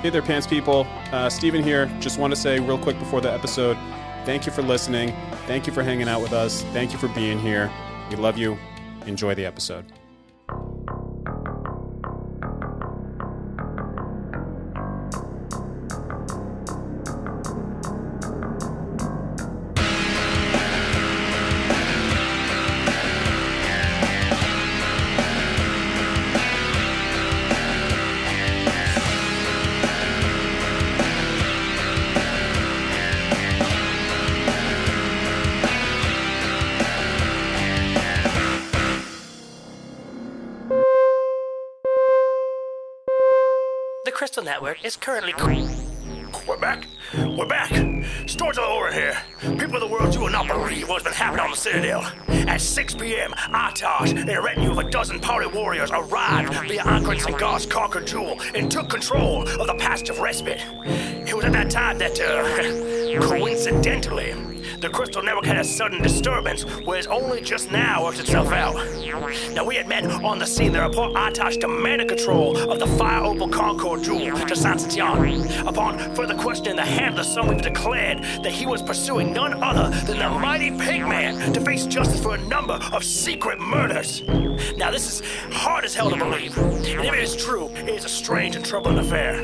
Hey there, Pants People. Uh, Steven here. Just want to say real quick before the episode thank you for listening. Thank you for hanging out with us. Thank you for being here. We love you. Enjoy the episode. The Crystal Network is currently. We're back. We're back. Storage all over here. People of the world, you will not believe what's been happening on the Citadel. At 6 p.m., Atosh and a retinue of a dozen party warriors arrived via Ankrin's and Gar's conquered jewel and took control of the Passage of Respite. It was at that time that, uh, coincidentally, the Crystal Network had a sudden disturbance where it's only just now worked itself out. Now, we had met on the scene. The report Atosh demanded control of the Fire Opal Concord jewel to San Satian. Upon further questioning, the handler summoned declared that he was pursuing none other than the mighty Pigman to face justice for a number of secret murders. Now, this is hard as hell to believe. And if it is true, it is a strange and troubling affair.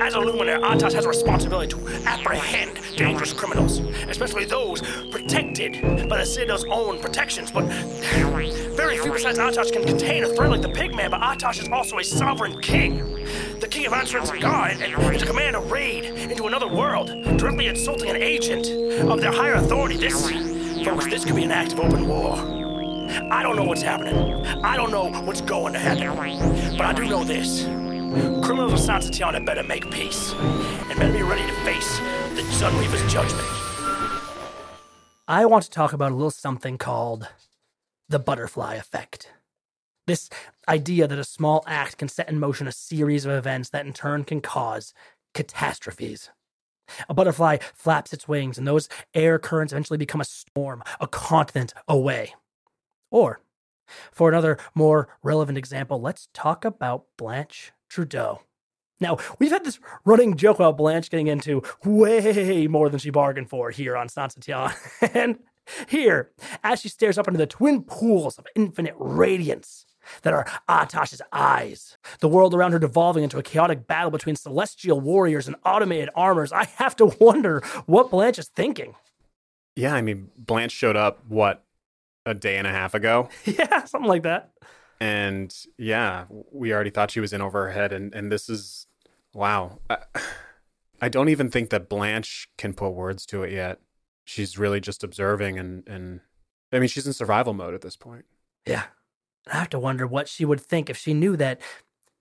As a Luminaire, Atas has a responsibility to apprehend dangerous criminals, especially those protected by the Citadel's own protections. But very few besides Atas can contain a threat like the Pigman, but Atas is also a sovereign king. The King of Answer's God and, and to command a raid into another world, directly insulting an agent of their higher authority. This, folks, this could be an act of open war. I don't know what's happening. I don't know what's going to happen. But I do know this. Criminals of Sansatiana better make peace. And better be ready to face the Sun Reaper's judgment. I want to talk about a little something called the butterfly effect. This idea that a small act can set in motion a series of events that in turn can cause catastrophes. A butterfly flaps its wings, and those air currents eventually become a storm, a continent away. Or, for another more relevant example, let's talk about Blanche Trudeau. Now, we've had this running joke about Blanche getting into way more than she bargained for here on Sansatian. and here, as she stares up into the twin pools of infinite radiance that are Atash's eyes, the world around her devolving into a chaotic battle between celestial warriors and automated armors, I have to wonder what Blanche is thinking. Yeah, I mean, Blanche showed up, what, a day and a half ago? yeah, something like that. and yeah we already thought she was in over her head and and this is wow I, I don't even think that blanche can put words to it yet she's really just observing and and i mean she's in survival mode at this point Yeah. I have to wonder what she would think if she knew that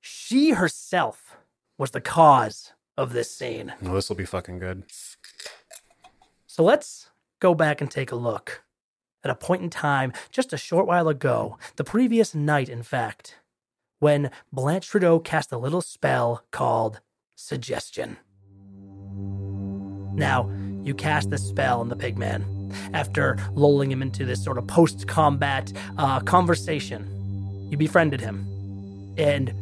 she herself was the cause of this scene. well this will be fucking good So let's go back and take a look. At a point in time, just a short while ago, the previous night, in fact, when Blanche Trudeau cast a little spell called Suggestion. Now, you cast this spell on the pigman after lulling him into this sort of post combat uh, conversation. You befriended him. And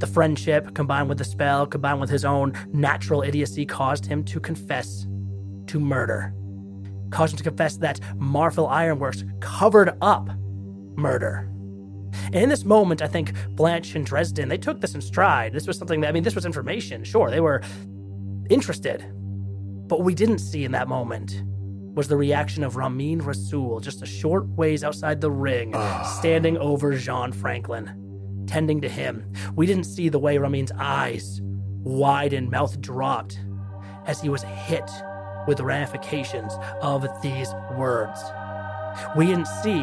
the friendship, combined with the spell, combined with his own natural idiocy, caused him to confess to murder, caused him to confess that Marfil Ironworks covered up murder. And in this moment, I think Blanche and Dresden, they took this in stride. This was something that, I mean, this was information, sure, they were interested. But what we didn't see in that moment was the reaction of Ramin Rasoul, just a short ways outside the ring, standing over Jean Franklin, tending to him. We didn't see the way Ramin's eyes widened, mouth dropped, as he was hit with the ramifications of these words. We didn't see,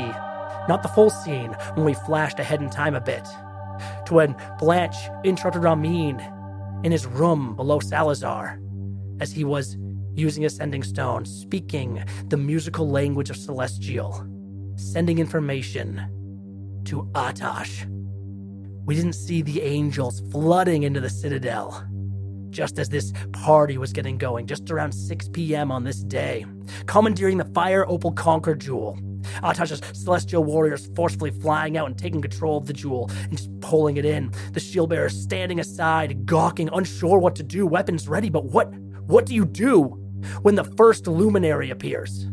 not the full scene, when we flashed ahead in time a bit, to when Blanche interrupted Ramin in his room below Salazar as he was using a sending stone, speaking the musical language of Celestial, sending information to Atash. We didn't see the angels flooding into the citadel just as this party was getting going, just around 6 p.m. on this day, commandeering the Fire Opal Conquer Jewel, Atasha's celestial warriors forcefully flying out and taking control of the jewel and just pulling it in. The shield bearer standing aside, gawking, unsure what to do, weapons ready, but what what do you do when the first luminary appears?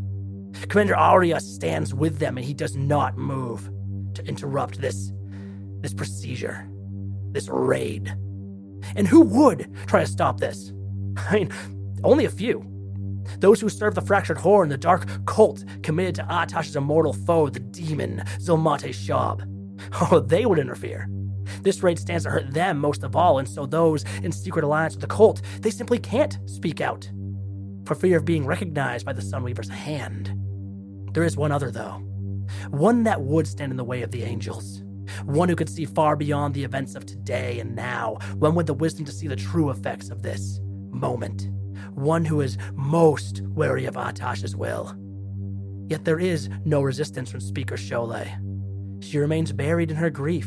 Commander Aria stands with them and he does not move to interrupt this this procedure, this raid. And who would try to stop this? I mean, only a few. Those who serve the fractured horn, the dark cult committed to Atash's immortal foe, the demon Zilmate Shab. Oh, they would interfere. This raid stands to hurt them most of all, and so those in secret alliance with the cult, they simply can't speak out for fear of being recognized by the Sunweaver's hand. There is one other, though. One that would stand in the way of the angels. One who could see far beyond the events of today and now. One with the wisdom to see the true effects of this moment. One who is most wary of Atash's will. Yet there is no resistance from Speaker Sholei. She remains buried in her grief,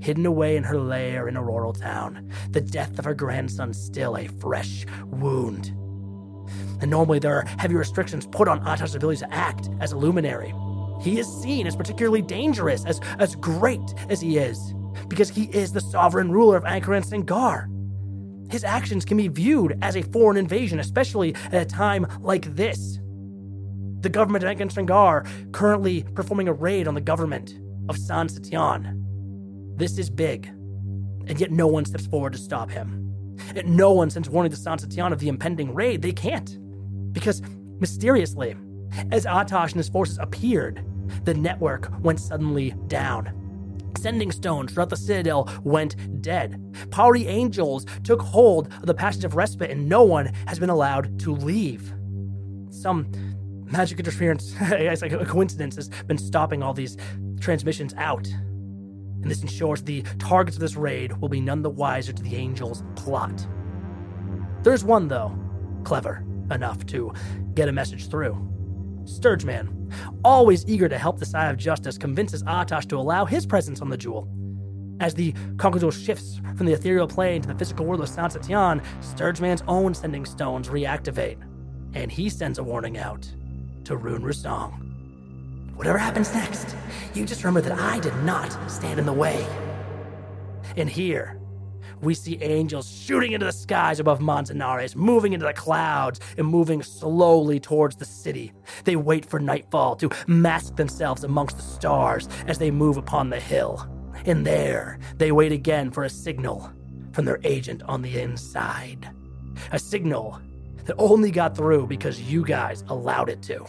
hidden away in her lair in Auroral Town, the death of her grandson still a fresh wound. And normally there are heavy restrictions put on Ata's ability to act as a luminary. He is seen as particularly dangerous, as, as great as he is, because he is the sovereign ruler of Ankara and Singar. His actions can be viewed as a foreign invasion, especially at a time like this. The government of Ankara and Singar currently performing a raid on the government of San Satian. This is big, and yet no one steps forward to stop him. And no one sends warning to San Satian of the impending raid. They can't. Because mysteriously, as Atash and his forces appeared, the network went suddenly down. Sending stones throughout the citadel went dead. Party angels took hold of the passage of respite, and no one has been allowed to leave. Some magic interference, I guess like a coincidence, has been stopping all these transmissions out and this ensures the targets of this raid will be none the wiser to the Angels' plot. There's one, though, clever enough to get a message through. Sturgeman, always eager to help the side of justice, convinces Atash to allow his presence on the jewel. As the Concordor shifts from the ethereal plane to the physical world of San Satian, Sturgeman's own sending stones reactivate, and he sends a warning out to Rune Rusong. Whatever happens next, you just remember that I did not stand in the way. And here, we see angels shooting into the skies above Manzanares, moving into the clouds, and moving slowly towards the city. They wait for nightfall to mask themselves amongst the stars as they move upon the hill. And there, they wait again for a signal from their agent on the inside. A signal that only got through because you guys allowed it to.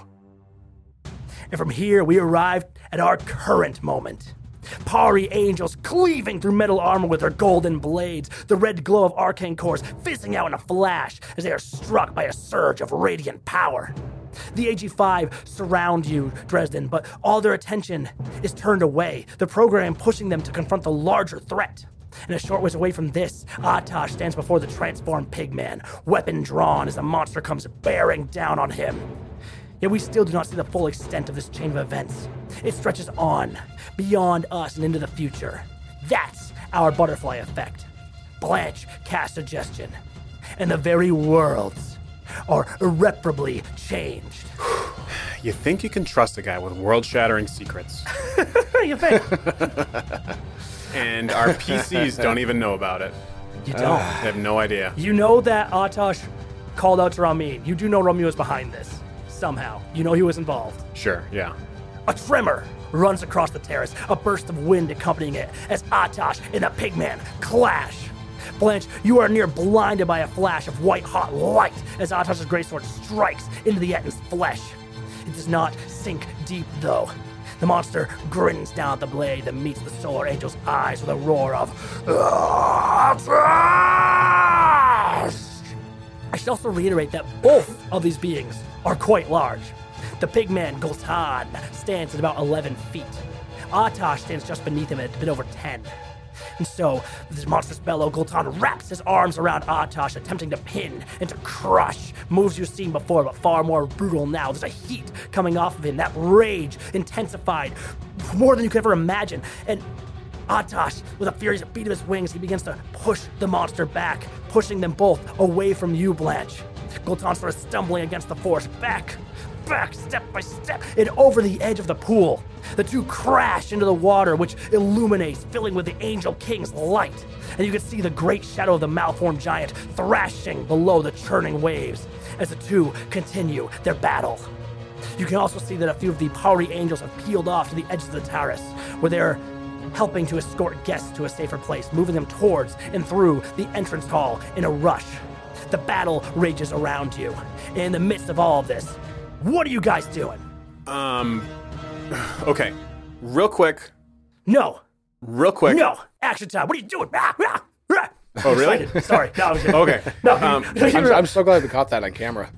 And from here, we arrived at our current moment. Pari angels cleaving through metal armor with their golden blades, the red glow of arcane cores fizzing out in a flash as they are struck by a surge of radiant power. The AG5 surround you, Dresden, but all their attention is turned away, the program pushing them to confront the larger threat. And a short ways away from this, Atash stands before the transformed pigman, weapon drawn as the monster comes bearing down on him. Yet we still do not see the full extent of this chain of events. It stretches on, beyond us and into the future. That's our butterfly effect. Blanche casts suggestion, and the very worlds are irreparably changed. You think you can trust a guy with world shattering secrets, you think? and our PCs don't even know about it. You don't. They have no idea. You know that Atash called out to Ramin. You do know Romeo is behind this. Somehow. You know he was involved. Sure, yeah. A tremor runs across the terrace, a burst of wind accompanying it as Atash and the pigman clash. Blanche, you are near blinded by a flash of white hot light as Atash's great sword strikes into the Etin's flesh. It does not sink deep, though. The monster grins down at the blade that meets the Solar Angel's eyes with a roar of Atash! I should also reiterate that both of these beings are quite large. The big man, Gultan, stands at about 11 feet. Atash stands just beneath him at a bit over 10. And so, this monstrous bellow, Gultan wraps his arms around Atash, attempting to pin and to crush. Moves you've seen before, but far more brutal now. There's a heat coming off of him, that rage intensified more than you could ever imagine. And Atash, with a furious beat of his wings, he begins to push the monster back, pushing them both away from you, Blanche. Glutonsra is stumbling against the force. Back, back, step by step, and over the edge of the pool. The two crash into the water, which illuminates, filling with the Angel King's light. And you can see the great shadow of the malformed giant thrashing below the churning waves as the two continue their battle. You can also see that a few of the Powdery Angels have peeled off to the edges of the terrace, where they're helping to escort guests to a safer place, moving them towards and through the entrance hall in a rush. The battle rages around you. In the midst of all of this, what are you guys doing? Um, okay, real quick, No, real quick. no, action time. What are you doing? Ah, ah, ah. Oh, really? Excited. Sorry. No, I was kidding. Okay. No, Um, I'm, I'm so glad we caught that on camera.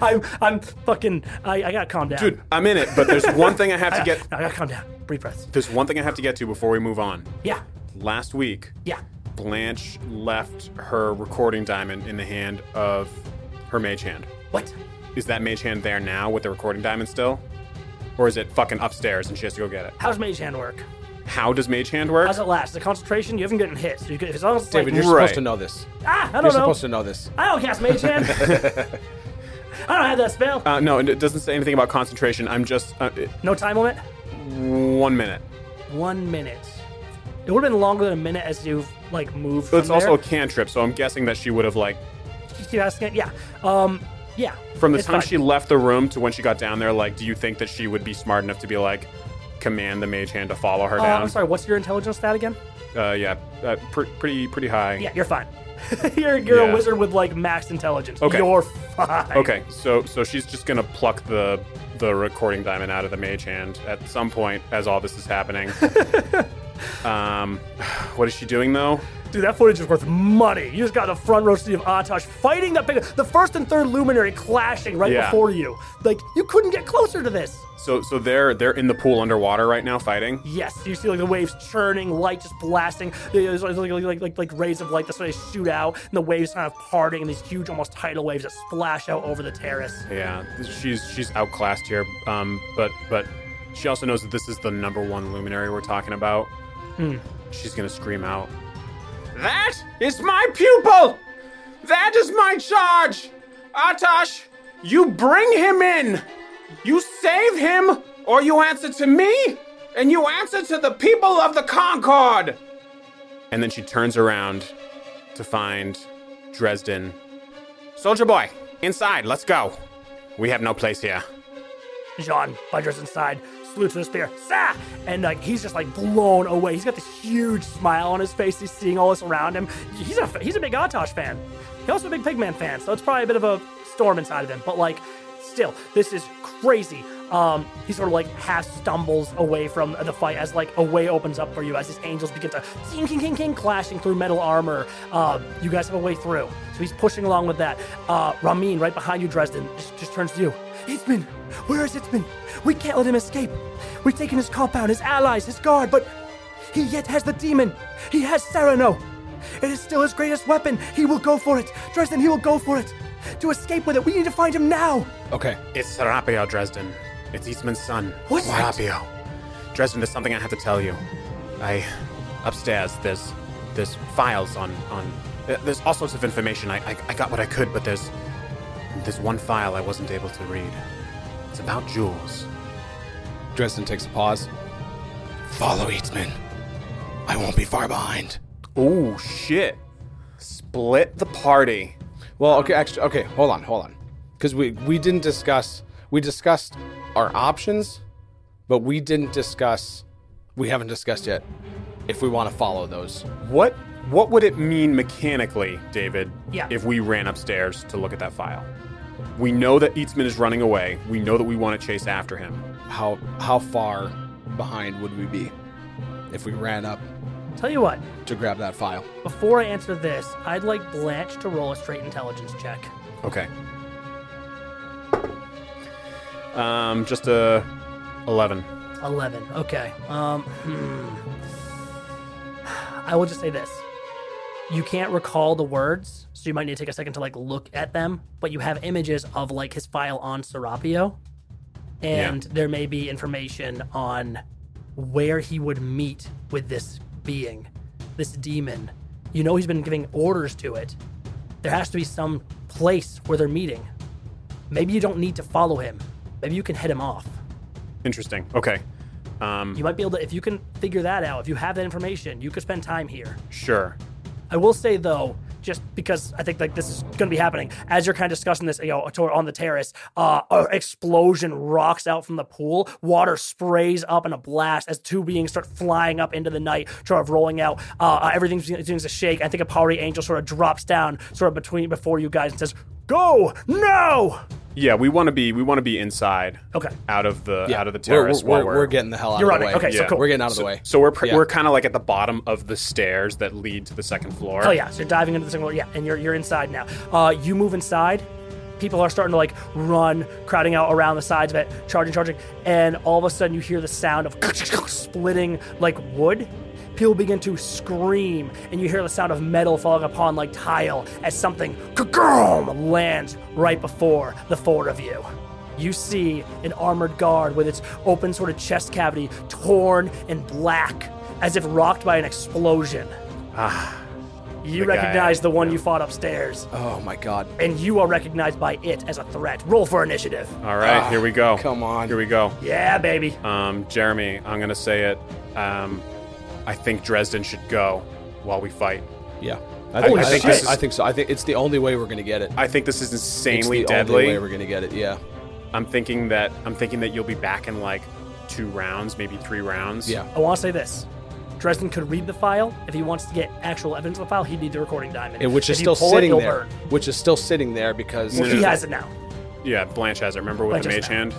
I'm, I'm fucking, I, I gotta calm down. dude, I'm in it, but there's one thing I have to I, get. no, I gotta calm down. Breathe breaths. There's one thing I have to get to before we move on. Yeah, Last week, yeah. Blanche left her recording diamond in the hand of her mage hand. What? Is that mage hand there now with the recording diamond still? Or is it fucking upstairs and she has to go get it? How's mage hand work? How does mage hand work? How's it last? The concentration? You haven't gotten hit. So you could, if it's almost like, David, you're supposed Right. to know this. ah, I don't You're know. supposed to know this. I don't cast mage hand. I don't have that spell. Uh, no, and it doesn't say anything about concentration. I'm just uh, it- No time limit. one minute. One minute. It would have been longer than a minute as you've like moved. From It's also a there. cantrip, so I'm guessing that she would have like You keep asking. Yeah. Um. Yeah. from the It's time fine. she left the room to when she got down there. Like, do you think that she would be smart enough to be like command the mage hand to follow her Uh, down? I'm sorry. What's your intelligence stat again? Uh, yeah, uh, pr- pretty pretty high. Yeah, you're fine. you're you're Yeah. a wizard with like max intelligence. Okay. You're fine. Okay, so so she's just gonna pluck the the recording diamond out of the mage hand at some point as all this is happening. um, what is she doing though? Dude, that footage is worth money. You just got the front row seat of Atash fighting that big, the first and third luminary clashing right Yeah. before you. Like you couldn't get closer to this. So so they're they're in the pool underwater right now fighting. Yes, you see like the waves churning, light just blasting. There's like like, like, like, like rays of light that sort of shoot out, and the waves kind of parting, and these huge, almost tidal waves that splash out over the terrace. Yeah, she's she's outclassed here. Um, but but she also knows that this is the number one luminary we're talking about. She's gonna scream out. That is my pupil. That is my charge. Atash, you bring him in. You save him, or you answer to me, and you answer to the people of the Concord. And then she turns around to find Dresden. Soldier boy, inside. Let's go. We have no place here. Jean plungers inside, salutes with a spear, Sah! and like he's just like blown away. He's got this huge smile on his face. He's seeing all this around him. He's a he's a big Otosh fan. He's also a big Pigman fan, so it's probably a bit of a storm inside of him. But like, still, this is crazy. Um, he sort of like half stumbles away from the fight as like a way opens up for you as these angels begin to ting ting ting ting clashing through metal armor. Um, you guys have a way through, so he's pushing along with that. Uh, Ramin right behind you, Dresden, just, just turns to you. Itzman! Where is Itzman? We can't let him escape. We've taken his compound, his allies, his guard, but he yet has the demon. He has Sereno. It is still his greatest weapon. He will go for it. Dresden, he will go for it. To escape with it, we need to find him now. Okay. It's Serapio, Dresden. It's Eastman's son. What? Serapio. Dresden, there's something I have to tell you. I upstairs. There's there's files on on. there- There's all sorts of information. I I, I got what I could, but there's there's one file I wasn't able to read. It's about jewels. Dresden takes a pause. Follow Eatsman. I won't be far behind. Oh shit! Split the party. Well, okay, actually, okay, hold on, hold on, because we we didn't discuss we discussed our options, but we didn't discuss we haven't discussed yet if we want to follow those. What what would it mean mechanically, David, Yeah. if we ran upstairs to look at that file? We know that Eatsman is running away. We know that we want to chase after him. How how far behind would we be if we ran up Tell you what, to grab that file? before I answer this, I'd like Blanche to roll a straight intelligence check. Okay. Um, just a eleven. 11. Okay. Um, hmm. I will just say this. You can't recall the words, so you might need to take a second to like look at them, but you have images of like his file on Serapio, and there may be information on where he would meet with this being, this demon. You know he's been giving orders to it, There has to be some place where they're meeting. Maybe you don't need to follow him. Maybe you can head him off. Interesting. Okay. Um, You might be able to, if you can figure that out, if you have that information, you could spend time here. sure. I will say though, just because I think like this is going to be happening as you're kind of discussing this, you know, toward- on the terrace, uh, an explosion rocks out from the pool. Water sprays up in a blast as two beings start flying up into the night, sort of rolling out. Uh, uh, everything's begins to shake. I think a powdery angel sort of drops down, sort of between before you guys, and says, "Go now!" Yeah, we want to be we want to be inside. Okay. Out of the Yeah, out of the we're- terrace We're, while we're, we're, getting the hell out You're of on the way. it. Okay, so Yeah. cool. We're getting out of so, the way. So we're pr- Yeah. we're kind of like at the bottom of the stairs that lead to the second floor. Oh yeah, so you're diving into the single. Yeah, and you're you're inside now. Uh, you move inside. People are starting to like run, crowding out around the sides of it, charging, charging, and all of a sudden you hear the sound of splitting like wood. People begin to scream, and you hear the sound of metal falling upon like tile as something ka-goom lands right before the four of you. You see an armored guard with its open sort of chest cavity torn and black, as if rocked by an explosion. You Ah, The guy- recognize the one you fought upstairs, Oh my god. and you are recognized by it as a threat. Roll for initiative. All right, Ah, here we go. come on. Here we go. Yeah, baby. Um, Jeremy, I'm gonna say it. Um, I think Dresden should go while we fight. Yeah. I think, Holy I, think shit. this is- I think so. I think it's the only way we're gonna get it. I think this is It's insanely the only way deadly. we're gonna get it. Yeah. I'm thinking that I'm thinking that you'll be back in like two rounds, maybe three rounds. Yeah. I want to say this. Dresden could read the file. If he wants to get actual evidence of the file, he'd need the recording diamond. And which is If you still pull it, sitting it'll there. burn. Which is still sitting there because Well, he has it now. Yeah, Blanche has it. Remember with Blanche the mage has it. hand?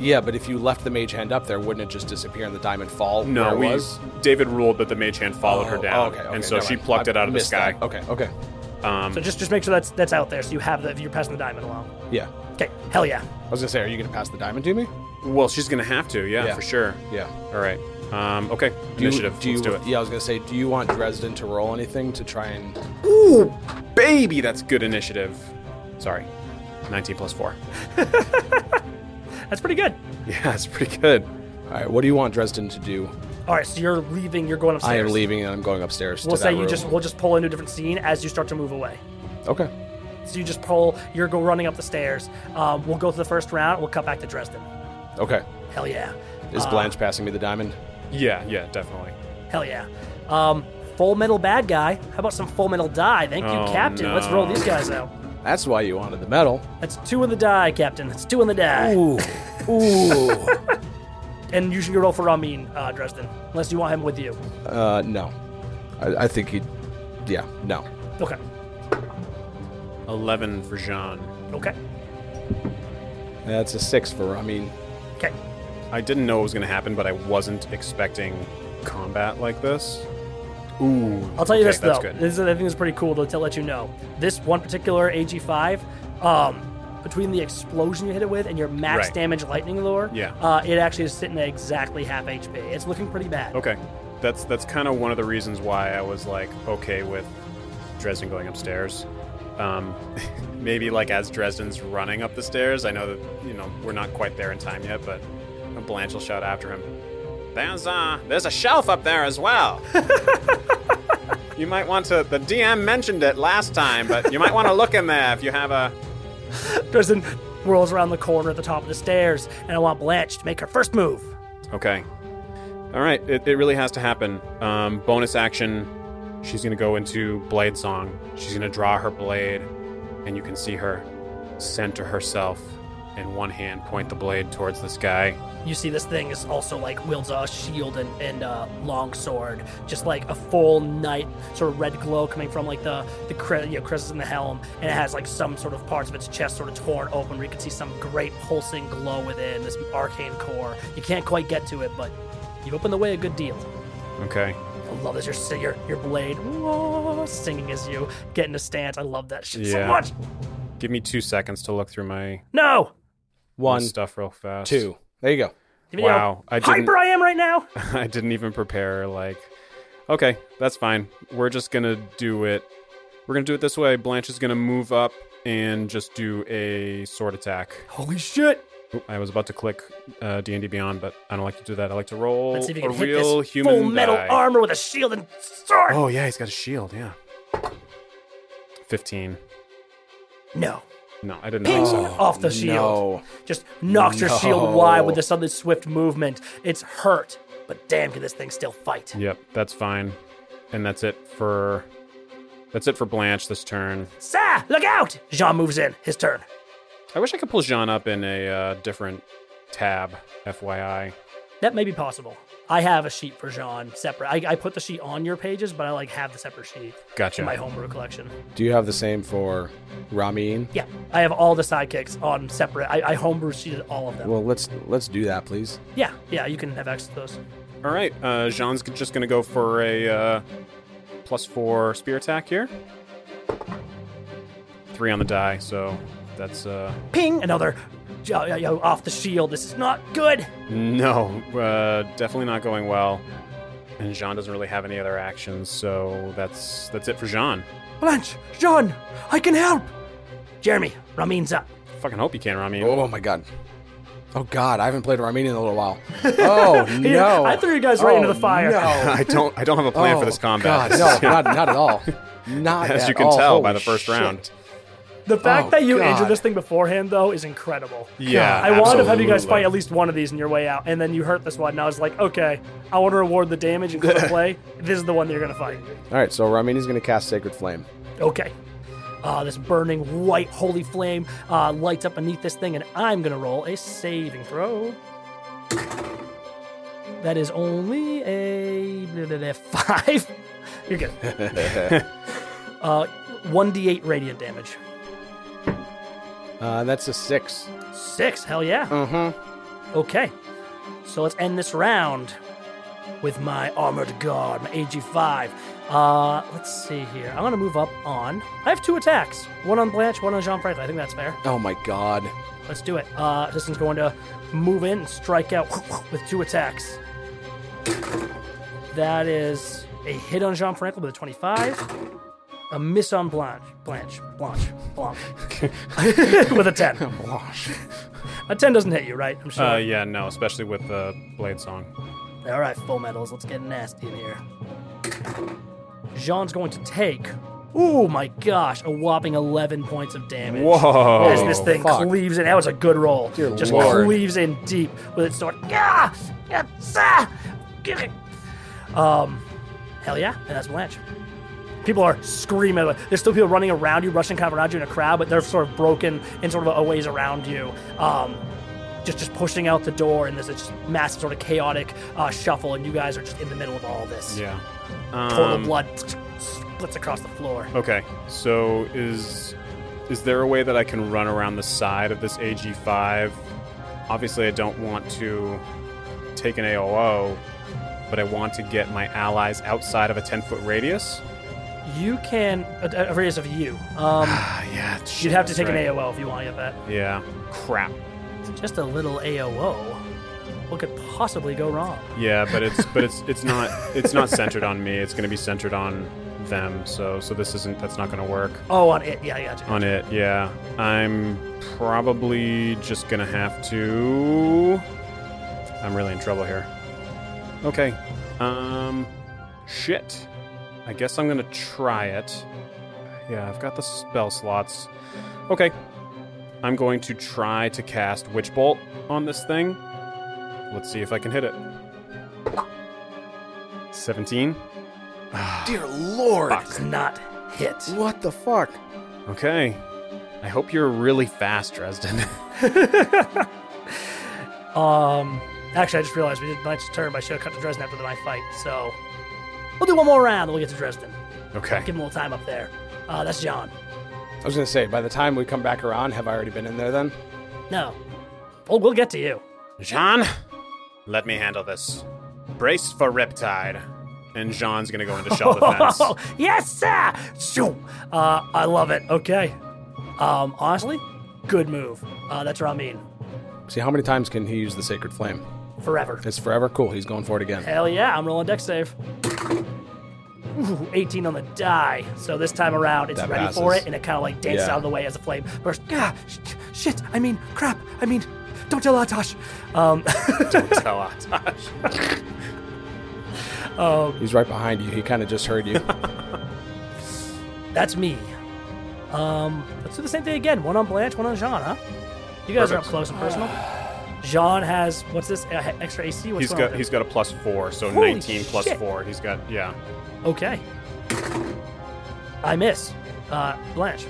Yeah, but if you left the mage hand up there, wouldn't it just disappear and the diamond fall? where No, it we was? David ruled that the mage hand followed her Oh, down, okay, okay, and so never she mind. plucked I it out of the missed sky. that. Okay, okay, So just just make sure that's that's out there. So you have the if you're passing the diamond along. yeah. Okay, hell yeah. I was gonna say, are you gonna pass the diamond to me? Well, she's gonna have to, yeah, Yeah. for sure. Yeah. All right. Um, okay. Do you- Initiative. Do you, Let's do it. Yeah, I was gonna say, do you want Dresden to roll anything to try and? Ooh, baby, that's good initiative. Sorry, 19 plus four. That's pretty good. Yeah, it's pretty good. All right, what do you want Dresden to do? All right, so you're leaving. You're going upstairs. I am leaving and I'm going upstairs. We'll to say that you room. just we'll just pull into a different scene as you start to move away. Okay. So you just pull. You're go running up the stairs. Um, we'll go through the first round. We'll cut back to Dresden. Okay. Hell yeah. Is Uh, Blanche passing me the diamond? Yeah, yeah, definitely. Hell yeah. Um, full metal bad guy. How about some full metal die? Thank you, Oh, Captain. Let's no. roll these guys out. That's why you wanted the medal. That's two in the die, Captain. That's two in the die. Ooh. Ooh. And you should roll for Ramin, uh, Dresden, unless you want him with you. uh, no. I, I think he. Yeah. No. Okay. 11 for Jean. Okay. That's a six for. I mean, Okay. I didn't know it was going to happen, but I wasn't expecting combat like this. Ooh. I'll tell you okay, this that's though. Good. This is, I think is pretty cool to, to let you know. This one particular AG5, um, between the explosion you hit it with and your max Right. damage lightning lure, Yeah. uh, it actually is sitting at exactly half HP. It's looking pretty bad. Okay. That's that's kind of one of the reasons why I was like okay with Dresden going upstairs. Um, maybe like as Dresden's running up the stairs, I know that you know we're not quite there in time yet, but Blanche will shout after him. There's a there's a shelf up there as well. you might want to. The DM mentioned it last time, but you might want to look in there if you have a. Dresden whirls around the corner at the top of the stairs, and I want Blanche to make her first move. Okay. All right. It, it really has to happen. Um, bonus action. She's going to go into Blade Song. She's going to draw her blade, and you can see her center herself in one hand, point the blade towards the sky. You see, this thing is also like wields a shield and, and a long sword, just like a full knight sort of red glow coming from like the the cre- you know, crescent in the helm, and it has like some sort of parts of its chest sort of torn open, where you can see some great pulsing glow within this arcane core. You can't quite get to it, but you open the way a good deal. Okay. I love this. Your si- your your blade whoa, singing as you get into stance. I love that shit so Yeah. much. Give me two seconds to look through my No, one, stuff real fast. two. There you go. You know Wow, how I didn't- hyper I am right now. I didn't even prepare. Like, okay, that's fine. We're just gonna do it. We're gonna do it this way. Blanche is gonna move up and just do a sword attack. Holy shit! Oop, I was about to click uh, D&D Beyond, but I don't like to do that. I like to roll Let's see if you a can hit real this human full metal die. Oh, armor with a shield and sword. Oh yeah, he's got a shield. Yeah, 15. No. No, I didn't Ping think so. off the shield. No. Just knocks your shield No. wide with a sudden swift movement. It's hurt, but damn, can this thing still fight? Yep, that's fine. And that's it for that's it for Blanche this turn. Sah, look out! Jean moves in. His turn. I wish I could pull Jean up in a uh, different tab, FYI. That may be possible. I have a sheet for Jean separate. I, I put the sheet on your pages, but I like have the separate sheet in my Gotcha. homebrew collection. Do you have the same for Ramin? Yeah, I have all the sidekicks on separate. I, I homebrew sheeted all of them. Well, let's let's do that, please. yeah, yeah, you can have access to those. All right, uh, Jean's just gonna go for a uh, plus four spear attack here. Three on the die, so that's uh, Ping! Another jo- yo- yo- off the shield. This is not good. no, uh, definitely not going well. And Jean doesn't really have any other actions, so that's that's it for Jean. Blanche, Jean, I can help. Jeremy, Ramin's up. Fucking hope you can, Rami. Oh my god. Oh god, I haven't played Ramin in a little while. Oh no! I threw you guys right into Oh, the fire. No. I don't. I don't have a plan for this Oh, combat. God, no, not, not at all. Not As at you can all. tell by Holy the first shit. round. The fact Oh, that you God. injured this thing beforehand, though, is incredible. Yeah, I wanted to have you guys absolutely. fight at least one of these on your way out, and then you hurt this one. And I was like, okay, I want to reward the damage and go to play. This is the one that you're going to fight. All right, so Ramin is going to cast Sacred Flame. Okay. Uh, this burning white holy flame uh, lights up beneath this thing, and I'm going to roll a saving throw. That is only a blah, blah, blah, five. You're good. uh, 1d8 radiant damage. Uh, that's a six. Six, hell yeah. Mm-hmm. Okay. So let's end this round with my armored guard, my AG5. Uh, let's see here. I'm gonna move up on. I have two attacks. One on Blanche, one on Jean Franklin. I think that's fair. Oh my god. Let's do it. Uh, this one's going to move in and strike out with two attacks. That is a hit on Jean Franklin with a 25. A miss on Blanche, Blanche, Blanche, Blanche, with a 10. Blanche. A 10 doesn't hit you, right? I'm sure. Uh, yeah, no, especially with the blade song. All right, full metals, let's get nasty in here. Jean's going to take, oh my gosh, a whopping 11 points of damage. Whoa! As this thing Oh, fuck. cleaves in, that was a good roll. Dear Just Lord. cleaves in deep with its sword. Yeah, yes, ah! Get it. Um, hell yeah, and that's Blanche. People are screaming. like, There's still people running around you, rushing kind of around you in a crowd, but they're sort of broken in sort of a ways around you. Um, just just pushing out the door, and there's this massive sort of chaotic uh, shuffle, and you guys are just in the middle of all this. Yeah. Total Um, blood splits across the floor. Okay, so is is there a way that I can run around the side of this AG5? Obviously, I don't want to take an AOO, but I want to get my allies outside of a 10 foot radius. You can a, a radius of you. Um, Ah, yeah. you'd have to take an AOO if you want to get that. AOO. Yeah. Crap. Just a little AOO. What could possibly go wrong? Yeah, but it's but it's it's not it's not centered on me. It's going to be centered on them. So so this isn't that's not going to work. Oh, on it. Yeah, I got you. on it. Yeah, I'm probably just gonna have to. I'm really in trouble here. Okay. Um, shit. I guess I'm gonna try it. Yeah, I've got the spell slots. Okay. I'm going to try to cast Witch Bolt on this thing. Let's see if I can hit it. 17. Dear lord. Does not hit. What the fuck? Okay. I hope you're really fast, Dresden. Um, actually, I just realized we did Blanche's turn, but I should have cut to Dresden after my fight. So we'll do one more round, and we'll get to Dresden. okay. Give him a little time up there. Uh, that's John. I was going to say, by the time we come back around, have I already been in there then? No, well, we'll get to you. Jean, let me handle this. Brace for Riptide. And Jean's gonna go into shell defense. Oh, yes, sir. Shoo. Uh, I love it. Okay. Um, honestly, good move. Uh, that's Ramin. See, how many times can he use the Sacred Flame? Forever. It's forever? Cool, he's going for it again. Hell yeah, I'm rolling deck save. Ooh, 18 on the die. So this time around, it's That ready for passes. it, and it kind of like dances Yeah. out of the way as a flame bursts. Ah, sh- shit, I mean, crap, I mean, don't tell Atash. Um, Tell us. He's right behind you. He kind of just heard you. that's me. Um, let's do the same thing again. One on Blanche, one on Jean, huh? You guys are up Perfect. close and personal. Jean has what's this uh, extra AC? What's He's going on got with he's got a plus four, so Holy nineteen plus shit. four. He's got yeah. him? okay. I miss uh, Blanche.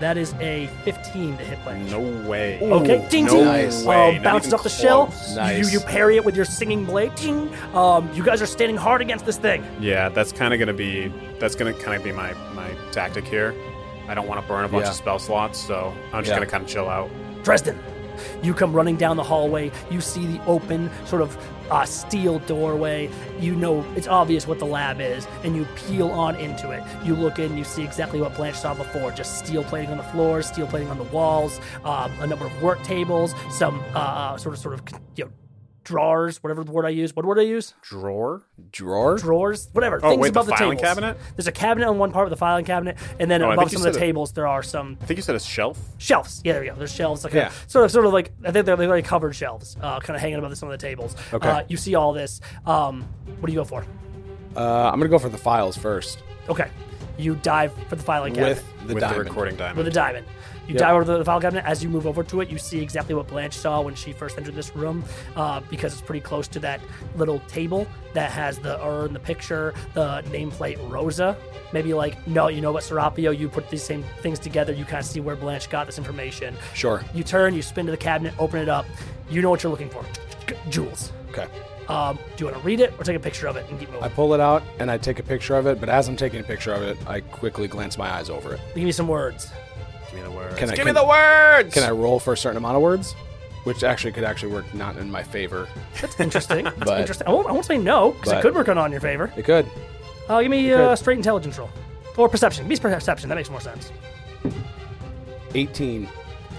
That is a 15 to hit Blanche. No way. Okay, ding no ding. nice. Uh, way, not bounces even off the shell. close. Nice. You, you parry it with your singing blade. Ding. Um, you guys are standing hard against this thing. Yeah, that's kind of gonna be that's gonna kind of be my my tactic here. I don't want to burn a bunch Yeah. of spell slots, so I'm just Yeah. gonna kind of chill out. Dresden. You come running down the hallway. You see the open, sort of uh, steel doorway. You know it's obvious what the lab is, and you peel on into it. You look in, you see exactly what Blanche saw before just steel plating on the floors, steel plating on the walls, um, a number of work tables, some uh, sort of, sort of, you know, drawers, whatever the word I use. What word I use? Drawer? Drawer? drawers, whatever. Oh, things wait, the above the, filing tables. cabinet? There's a cabinet on one part of the filing cabinet, and then Oh, I above think you some of the said it. tables there are some I think you said a shelf. shelves. Yeah, there we go. There's shelves. Like a- Yeah. sort of, sort of like I think they're, they're like covered shelves, uh, kind of hanging above some of the tables. Okay. Uh, you see all this. Um, what do you go for? Uh, I'm gonna go for the files first Okay. You dive for the filing cabinet with the with diamond. the recording with diamond. a diamond. You Yep. dive over to the file cabinet. As you move over to it, you see exactly what Blanche saw when she first entered this room, uh, because it's pretty close to that little table that has the urn, the picture, the nameplate Rosa. Maybe like, no, you know what, Serapio, you put these same things together. You kind of see where Blanche got this information. Sure. You turn, you spin to the cabinet, open it up. You know what you're looking for. Jewels. Okay. Um, do you want to read it or take a picture of it and keep moving? I pull it out and I take a picture of it, but as I'm taking a picture of it, I quickly glance my eyes over it. Give me some words. Give me the words. Can I, Give can, me the words. Can I roll for a certain amount of words? Which actually could actually work not in my favor. That's interesting. That's But- interesting. I won't, I won't say no because it but- could work on in your favor. It could. Uh, give me could. uh, straight intelligence roll. Or perception. Give me perception. That makes more sense. 18.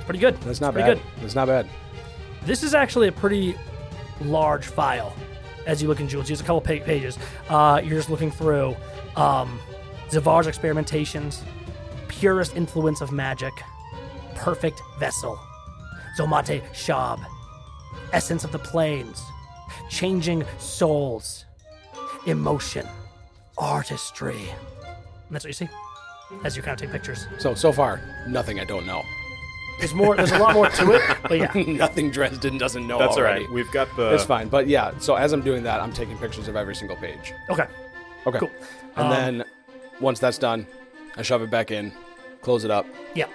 Pretty good. That's not Pretty bad. good. That's not bad. This is actually a pretty large file as you look in Jules. There's a couple pa- pages. Uh, you're just looking through um, Zavar's experimentations, purest influence of magic, perfect vessel, Zomate Shab, essence of the planes, changing souls, emotion, artistry. And that's what you see as you kind of take pictures. So, so far, nothing I don't know. There's more. There's a lot more to it, but yeah. nothing Dresden doesn't know That's all already. right. We've got uh, the. it's fine. But yeah, so as I'm doing that, I'm taking pictures of every single page. Okay. Okay. Cool. And Um, then once that's done, I shove it back in, close it up, Yeah.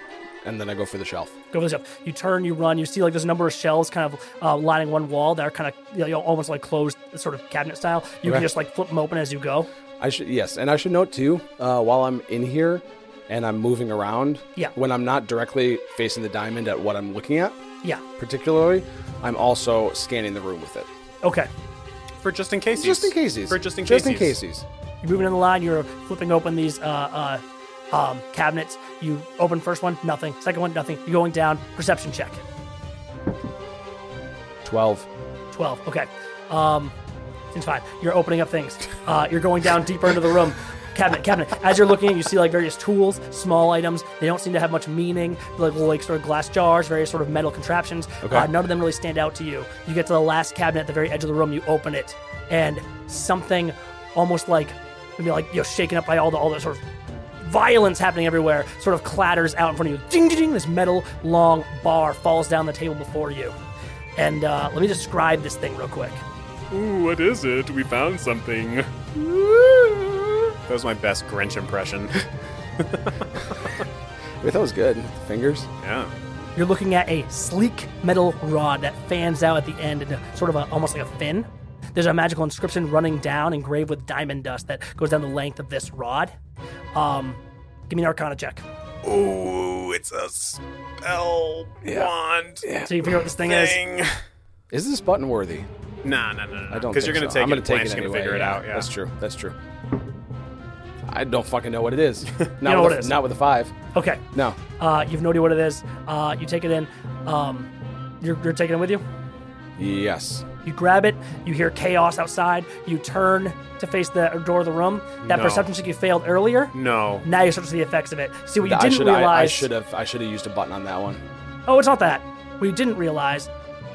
and then I go for the shelf. Go for this up. You turn, you run, you see like there's a number of shells kind of uh, lining one wall that are kind of you know, almost like closed, sort of cabinet style. You can Okay. just like flip them open as you go. I should yes, and I should note too, uh, while I'm in here and I'm moving around, Yeah. when I'm not directly facing the diamond at what I'm looking at, Yeah. particularly, I'm also scanning the room with it. Okay. for just in case. Just in cases. For just in Just in cases. cases. You're moving in the line. You're flipping open these uh, uh, um, cabinets. You open first one, nothing. Second one, nothing. You're going down. Perception check. Twelve. 12. Okay. Um, seems fine. You're opening up things. Uh, you're going down deeper into the room. Cabinet, cabinet. As you're looking, you see like various tools, small items. They don't seem to have much meaning. Like, little, like sort of glass jars, various sort of metal contraptions. Okay. Uh, none of them really stand out to you. You get to the last cabinet at the very edge of the room. You open it, and something almost like maybe like you know shaken up by all the all the sort of violence happening everywhere. Sort of clatters out in front of you. Ding, ding, ding. This metal long bar falls down the table before you. And uh, let me describe this thing real quick. Ooh, what is it? We found something. that was my best Grinch impression. Wait, that was good. Fingers. yeah. You're looking at a sleek metal rod that fans out at the end into sort of a, almost like a fin. There's a magical inscription running down, engraved with diamond dust, that goes down the length of this rod. Um, give me an Arcana check. Ooh, it's a spell wand So you figure out what this thing is. thing. Is this button worthy? Nah, nah, nah, nah. I don't. Because Because you're so. gonna take I'm it. gonna and take Blanche's it gonna anyway. figure it out. Yeah. That's true. That's true. I don't fucking know what it is. Not know with what it a, is. Not with a five. Okay. No. Uh, you have no idea what it is. Uh, you take it in. Um, you're, you're taking it with you? Yes. You grab it. You hear chaos outside. You turn to face the door of the room. That No. perception check you failed earlier. No. Now you start to see the effects of it. See what you I didn't should- I- realize. I should have. I should have used a button on that one. Oh, it's not that. What you didn't realize,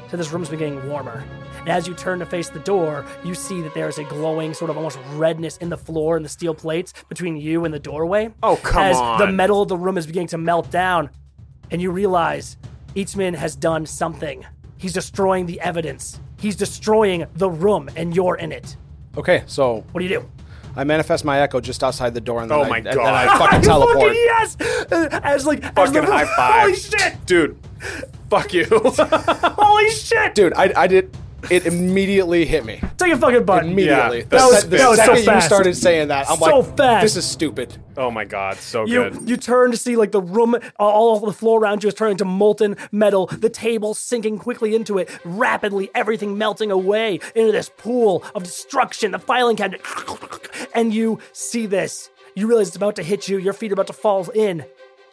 so this room's been getting warmer. And as you turn to face the door, you see that there is a glowing, sort of almost redness in the floor and the steel plates between you and the doorway. Oh, come as the on. metal of the room is beginning to melt down, and you realize Eatsman has done something. He's destroying the evidence. He's destroying the room, and you're in it. Okay, so What do you do? I manifest my echo just outside the door, and then Oh I, my and then God. I Ah, fucking You teleport. Fucking yes! Uh, As like as the Fucking room- high five. Holy shit! Dude, fuck you. Holy shit! Dude, I, I did. It immediately hit me. Take a fucking button. Immediately. Yeah, the that se- was- the that was so second you fast. started saying that, I'm So like, fast. this is stupid. oh my god, so You good. you turn to see like the room, all the floor around you is turning to molten metal. The table sinking quickly into it, rapidly everything melting away into this pool of destruction. The filing cabinet, and you see this. You realize it's about to hit you. Your feet are about to fall in,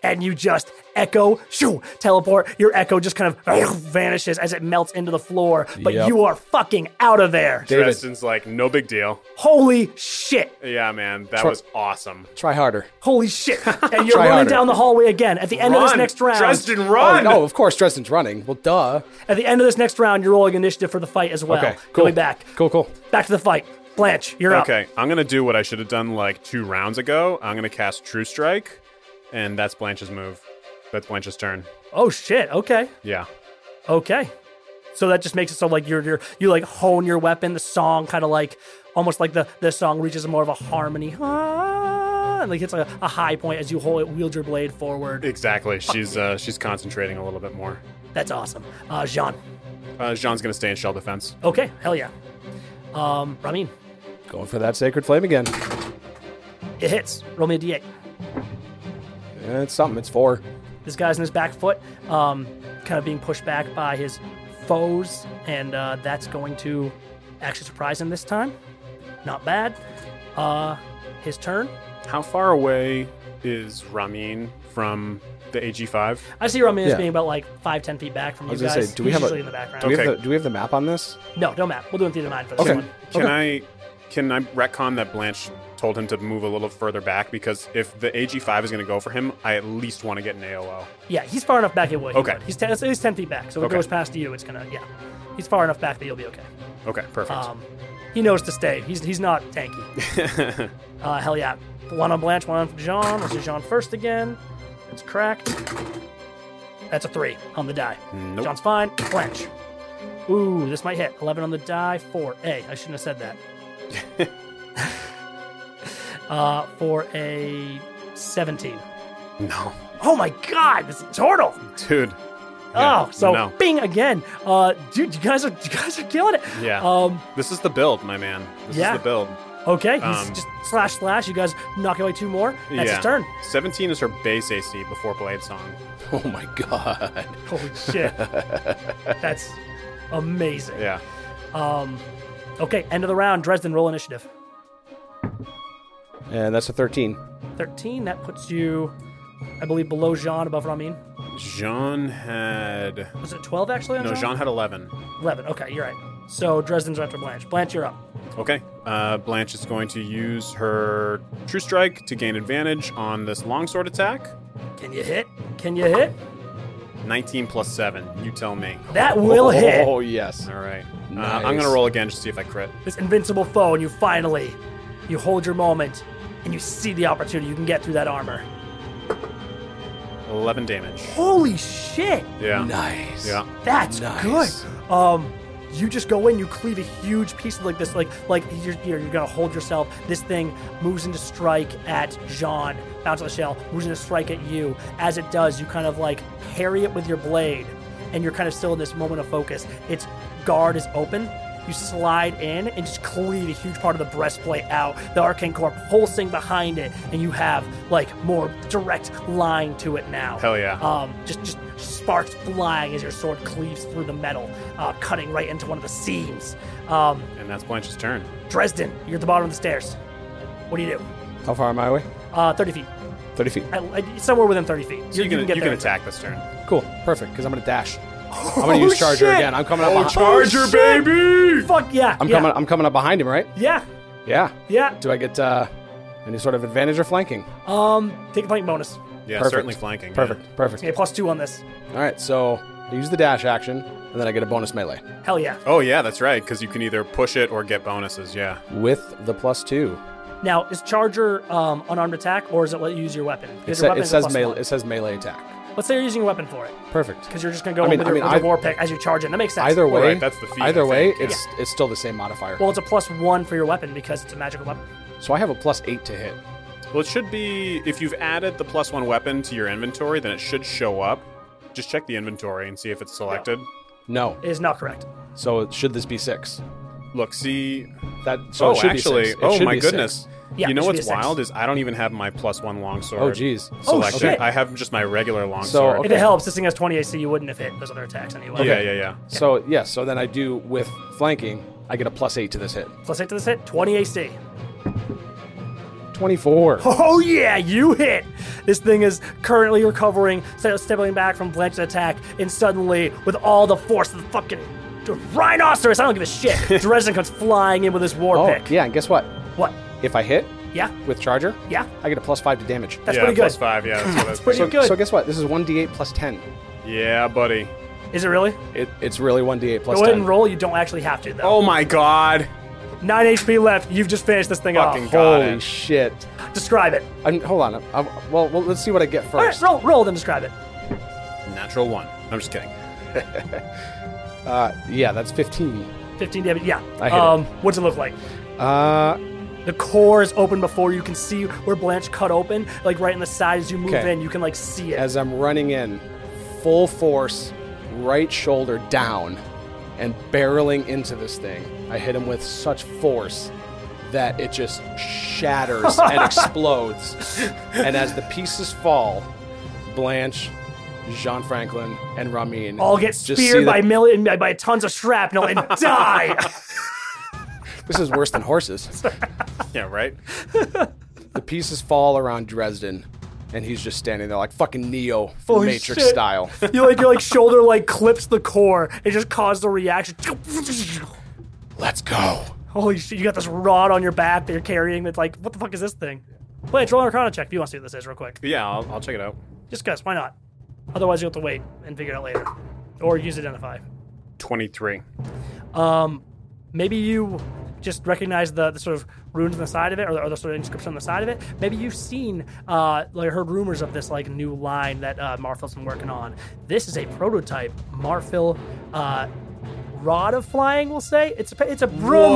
and you just echo, shoo, teleport. Your echo just kind of vanishes as it melts into the floor. But Yep. you are fucking out of there. David, Preston's like, no big deal. Holy shit! Yeah, man, that was awesome. try harder. Holy shit! And you're Try running harder. down the hallway again. At the end of this Run, next round, Dresden, Oh, run! no, of course, Dresden's running. Well, duh. At the end of this next round, you're rolling initiative for the fight as well. Okay, cool. Going back. Cool, cool. Back to the fight. Blanche, you're up. Okay, I'm gonna do what I should have done like two rounds ago. I'm gonna cast True Strike, and that's Blanche's move. That's Blanche's turn. Oh shit. Okay. Yeah. Okay. So that just makes it so like you're, you're you like hone your weapon. The song kind of like almost like the the song reaches more of a harmony. Ah, and like it's like a, a high point as you hold wield your blade forward. Exactly. She's uh, she's concentrating a little bit more. That's awesome. Uh, Jean. Uh, Jean's gonna stay in shell defense. Okay. Hell yeah. Um, Ramin. Going for that sacred flame again. It hits. Roll me a d8. Yeah, Eh, it's something. It's four. This guy's in his back foot, um, kind of being pushed back by his foes, and uh, that's going to actually surprise him this time. Not bad. Uh, his turn. How far away is Ramin from the AG5? I see Roman as Yeah. being about like five, ten feet back from you was gonna guys. say, do we He's have a- usually in the background? Do we, Okay. have the, do we have the map on this? No, no map. We'll do it through the mind for this Okay. one. Can I can I retcon that Blanche told him to move a little further back because if the AG5 is gonna go for him, I at least want to get an AOL. Yeah, he's far enough back it would. he Okay. would. He's ten, it's- it's ten feet back, so if Okay. it goes past you, it's gonna yeah. He's far enough back that you'll be okay. Okay, perfect. Um, he knows to stay. He's he's not tanky. uh, hell yeah. One on Blanche, one on Jean. This is Jean first again. It's cracked. That's a three on the die. Nope. Jean's fine. Blanche. Ooh, this might hit. 11 on the die, 4. A. I shouldn't have said that. uh, for a 17. no, Oh my god, this is turtle! dude. Oh, Yeah, so no. bing again. Uh, dude, you guys are you guys are killing it. Yeah. Um, This is the build, my man. This Yeah. is the build. Okay, he's Um, just slash slash. You guys knock away two more. That's his turn. 17 is her base AC before Blade Song. Oh my god. Holy shit, that's amazing. Yeah. Um, okay, end of the round. Dresden, roll initiative. And Eh, that's a 13. Thirteen. That puts you, I believe, below Jean, above Ramin. Jean had. Was it twelve actually? On No, Jean had 11. Eleven. Okay, you're right. So Dresden's after Blanche. Blanche, you're up. Okay. Uh, Blanche is going to use her True Strike to gain advantage on this longsword attack. Can you hit? Can you hit? 19 plus 7. You tell me. That will hit. Oh, yes. All right. Nice. Uh, I'm going to roll again just to see if I crit. This invincible foe, and you finally, you hold your moment, and you see the opportunity. You can get through that armor. 11 damage. Holy shit! Yeah. Nice. Yeah. That's Nice. good. Um, you just go in, you cleave a huge piece of like this, like like you're you're, you're gonna hold yourself. This thing moves into strike at Jean, bounces on the shell, moves into strike at you. As it does, you kind of like parry it with your blade, and you're kind of still in this moment of focus. Its guard is open. You slide in and just cleave a huge part of the breastplate out. The arcane core pulsing behind it, and you have like more direct line to it now. Hell yeah. Um, just, just sparks flying as your sword cleaves through the metal, uh, cutting right into one of the seams. Um, And that's Blanche's turn. Dresden, you're at the bottom of the stairs. What do you do? How far am I away? Uh, 30 feet. 30 feet. I, I- somewhere within 30 feet. So you, can, you can there. attack this turn. Cool. Perfect. Because I'm going to dash. I'm going to use Charger Oh, shit. again. I'm coming up behind Charger, shit. baby! Fuck yeah. I'm yeah, coming I'm coming up behind him, right? Yeah. Yeah. Yeah. Do I get uh, any sort of advantage or flanking? Um, take a flank bonus. Yeah, Perfect. certainly flanking. yeah. Perfect. Perfect. Okay, plus two on this. All right. So I use the dash action, and then I get a bonus melee Hell yeah. Oh yeah, that's right. Because you can either push it or get bonuses. Yeah. with the plus two. Now, is Charger um, unarmed attack or is it let you use your weapon? It, Because sa- your it weapon's a says plus melee. one. It says melee attack. Let's say you're using a weapon for it Perfect. because you're just going to go I in mean- with, I your, mean, with your I- war pick as you charge in. That makes sense. Either way, Right, that's the feat, either I way, think, yeah. it's it's still the same modifier. Well, it's a plus one for your weapon because it's a magical weapon. so I have a plus eight to hit. Well, it should be if you've added the plus one weapon to your inventory, then it should show up. Just check the inventory and see if it's selected. No. It is not correct. So should this be six? Look, see. That so oh, it should actually, be six. It oh should my be six. goodness. Yeah, you know it should be what's a six. wild is I don't even have my plus one longsword. Oh geez. Selected. shit. I have just my regular longsword. okay. If it helps, this thing has 20 AC. You wouldn't have hit those other attacks anyway. Yeah, yeah, yeah. So yes, so then I do with flanking, I get a plus eight to this hit. Plus eight to this hit, 20 AC. Twenty-four. Oh yeah, you hit! This thing is currently recovering, st- stepping back from Blanche's attack, and suddenly, with all the force of the fucking rhinoceros, I don't give a shit. Dresden comes flying in with his war oh pick. yeah, and guess what? What? If I hit Yeah, with charger, yeah. I get a plus five to damage. That's yeah, pretty good. plus five. Yeah, that's what I was pretty thinking. so, good. so guess what? This is one d8 plus ten. Yeah, buddy. Is it really? It, it's really one d8 plus Go ahead ten. and roll. You don't actually have to though. Oh my god. Oh. Nine HP left. You've just finished this thing Fucking off. got Holy it. shit! Describe it. I'm, hold on. I'm, well, well, let's see what I get All right, first. roll, roll, then describe it. Natural one. I'm just kidding. Uh, yeah, that's fifteen. 15 damage. Yeah. I hit it. um, what's it look like? Uh, The core is open before you can see where Blanche cut open. Like right in the side as you move Okay. in, you can like see it. as I'm running in, full force, right shoulder down, and barreling into this thing. I hit him with such force that it just shatters and explodes. And as the pieces fall, Blanche, Jean Franklin, and Ramin all get just see speared that- by million by tons of shrapnel and die. This is worse than horses. Yeah, right. the pieces fall around Dresden, and he's just standing there like fucking Neo, from Holy Matrix shit. style. you like your like shoulder like clips the core. It just caused a reaction. Let's go. Holy shit! You got this rod on your back that you're carrying. That's like, what the fuck is this thing? Blanche, roll an Arcana check if you want to see what this is, real quick. Yeah, I'll, I'll check it out. Just guess, why not? Otherwise, you'll have to wait and figure it out later, or use identify. Twenty-three. Maybe you just recognize the, the sort of runes on the side of it, or the, or the sort of inscription on the side of it. Maybe you've seen, uh, like heard rumors of this like new line that uh, Marfil's been working on. This is a prototype Marfil. Uh, Rod of flying, we'll say it's a it's a broom.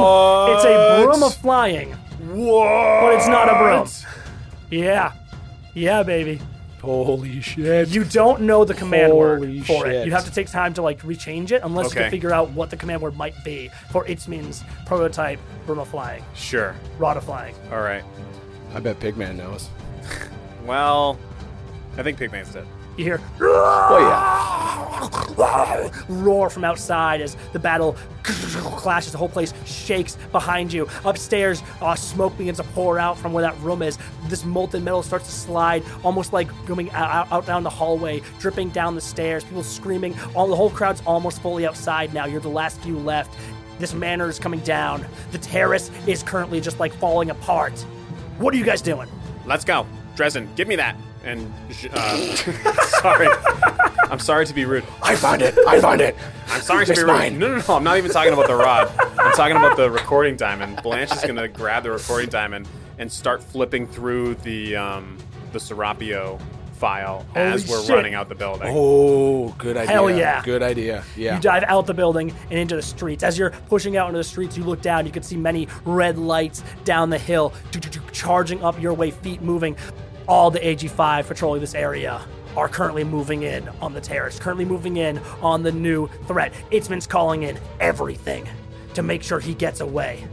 It's a broom What? of flying, What? but it's not a broom. Yeah, yeah, baby. Holy shit. You don't know the command Holy word for it. shit. You'd have to take time to like rechange it unless you Okay. can figure out what the command word might be for its means prototype Burma flying, Sure. Rada flying. All right. I bet Pigman knows. Well, I think Pigman's dead. You hear Oh yeah. roar from outside as the battle clashes. The whole place shakes behind you. Upstairs, uh, smoke begins to pour out from where that room is. This molten metal starts to slide, almost like coming out, out, out down the hallway, dripping down the stairs. People screaming. All the whole crowd's almost fully outside now. You're the last few left. This manor is coming down. The terrace is currently just like falling apart. What are you guys doing? Let's go, Dresden. Give me that. And uh, sorry, I'm sorry to be rude. I found it. I found it. I'm sorry to be rude. No, no, no. I'm not even talking about the rod. I'm talking about the recording diamond. Blanche is gonna grab the recording diamond and start flipping through the um, the Serapio file as we're shit. running out the building. Oh, good idea. Hell yeah. Good idea. Yeah. You dive out the building and into the streets. As you're pushing out into the streets, you look down. You can see many red lights down the hill, charging up your way, feet moving. All the AG5 patrolling this area are currently moving in on the terrace, currently moving in on the new threat. Itzman's calling in everything to make sure he gets away.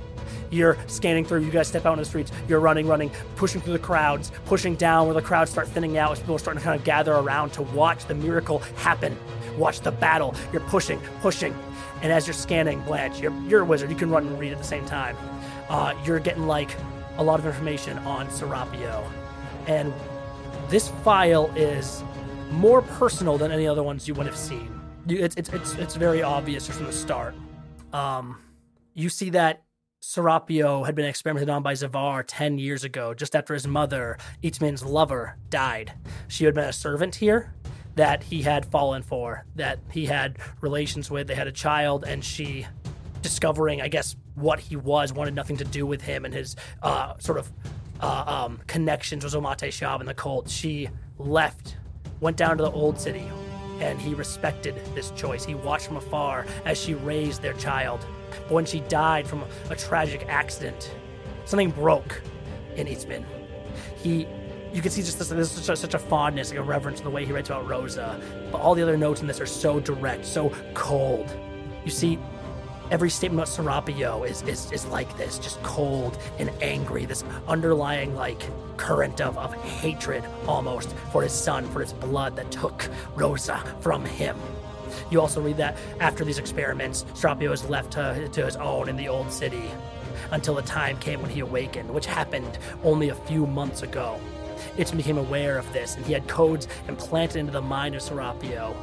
You're scanning through. You guys step out into the streets. You're running, running, pushing through the crowds, pushing down where the crowds start thinning out as people are starting to kind of gather around to watch the miracle happen, watch the battle. You're pushing, pushing, and as you're scanning, Blanche, you're, you're a wizard. You can run and read at the same time. Uh, you're getting like a lot of information on Serapio, and this file is more personal than any other ones you would have seen. You- It's it's it's, it's very obvious just from the start. Um, you see that Serapio had been experimented on by Zavar 10 years ago, just after his mother, Eatman's lover, died. She had been a servant here. that he had fallen for, that he had relations with. They had a child, and she, discovering, I guess, what he was, wanted nothing to do with him and his uh, sort of uh, um, connections with Omate Shab and the cult. She left, went down to the old city, and he respected this choice. He watched from afar as she raised their child. But when she died from a tragic accident, something broke in Eastman. He, you can see just this, this is such, such a fondness, like a reverence in the way he writes about Rosa. But all the other notes in this are so direct, so cold. You see, every statement about Serapio is, is, is like this, just cold and angry, this underlying like current of, of hatred almost for his son, for his blood that took Rosa from him. You also read that after these experiments, Serapio was left to, to his own in the old city until the time came when he awakened, which happened only a few months ago. Itzin became aware of this, and he had codes implanted into the mind of Serapio.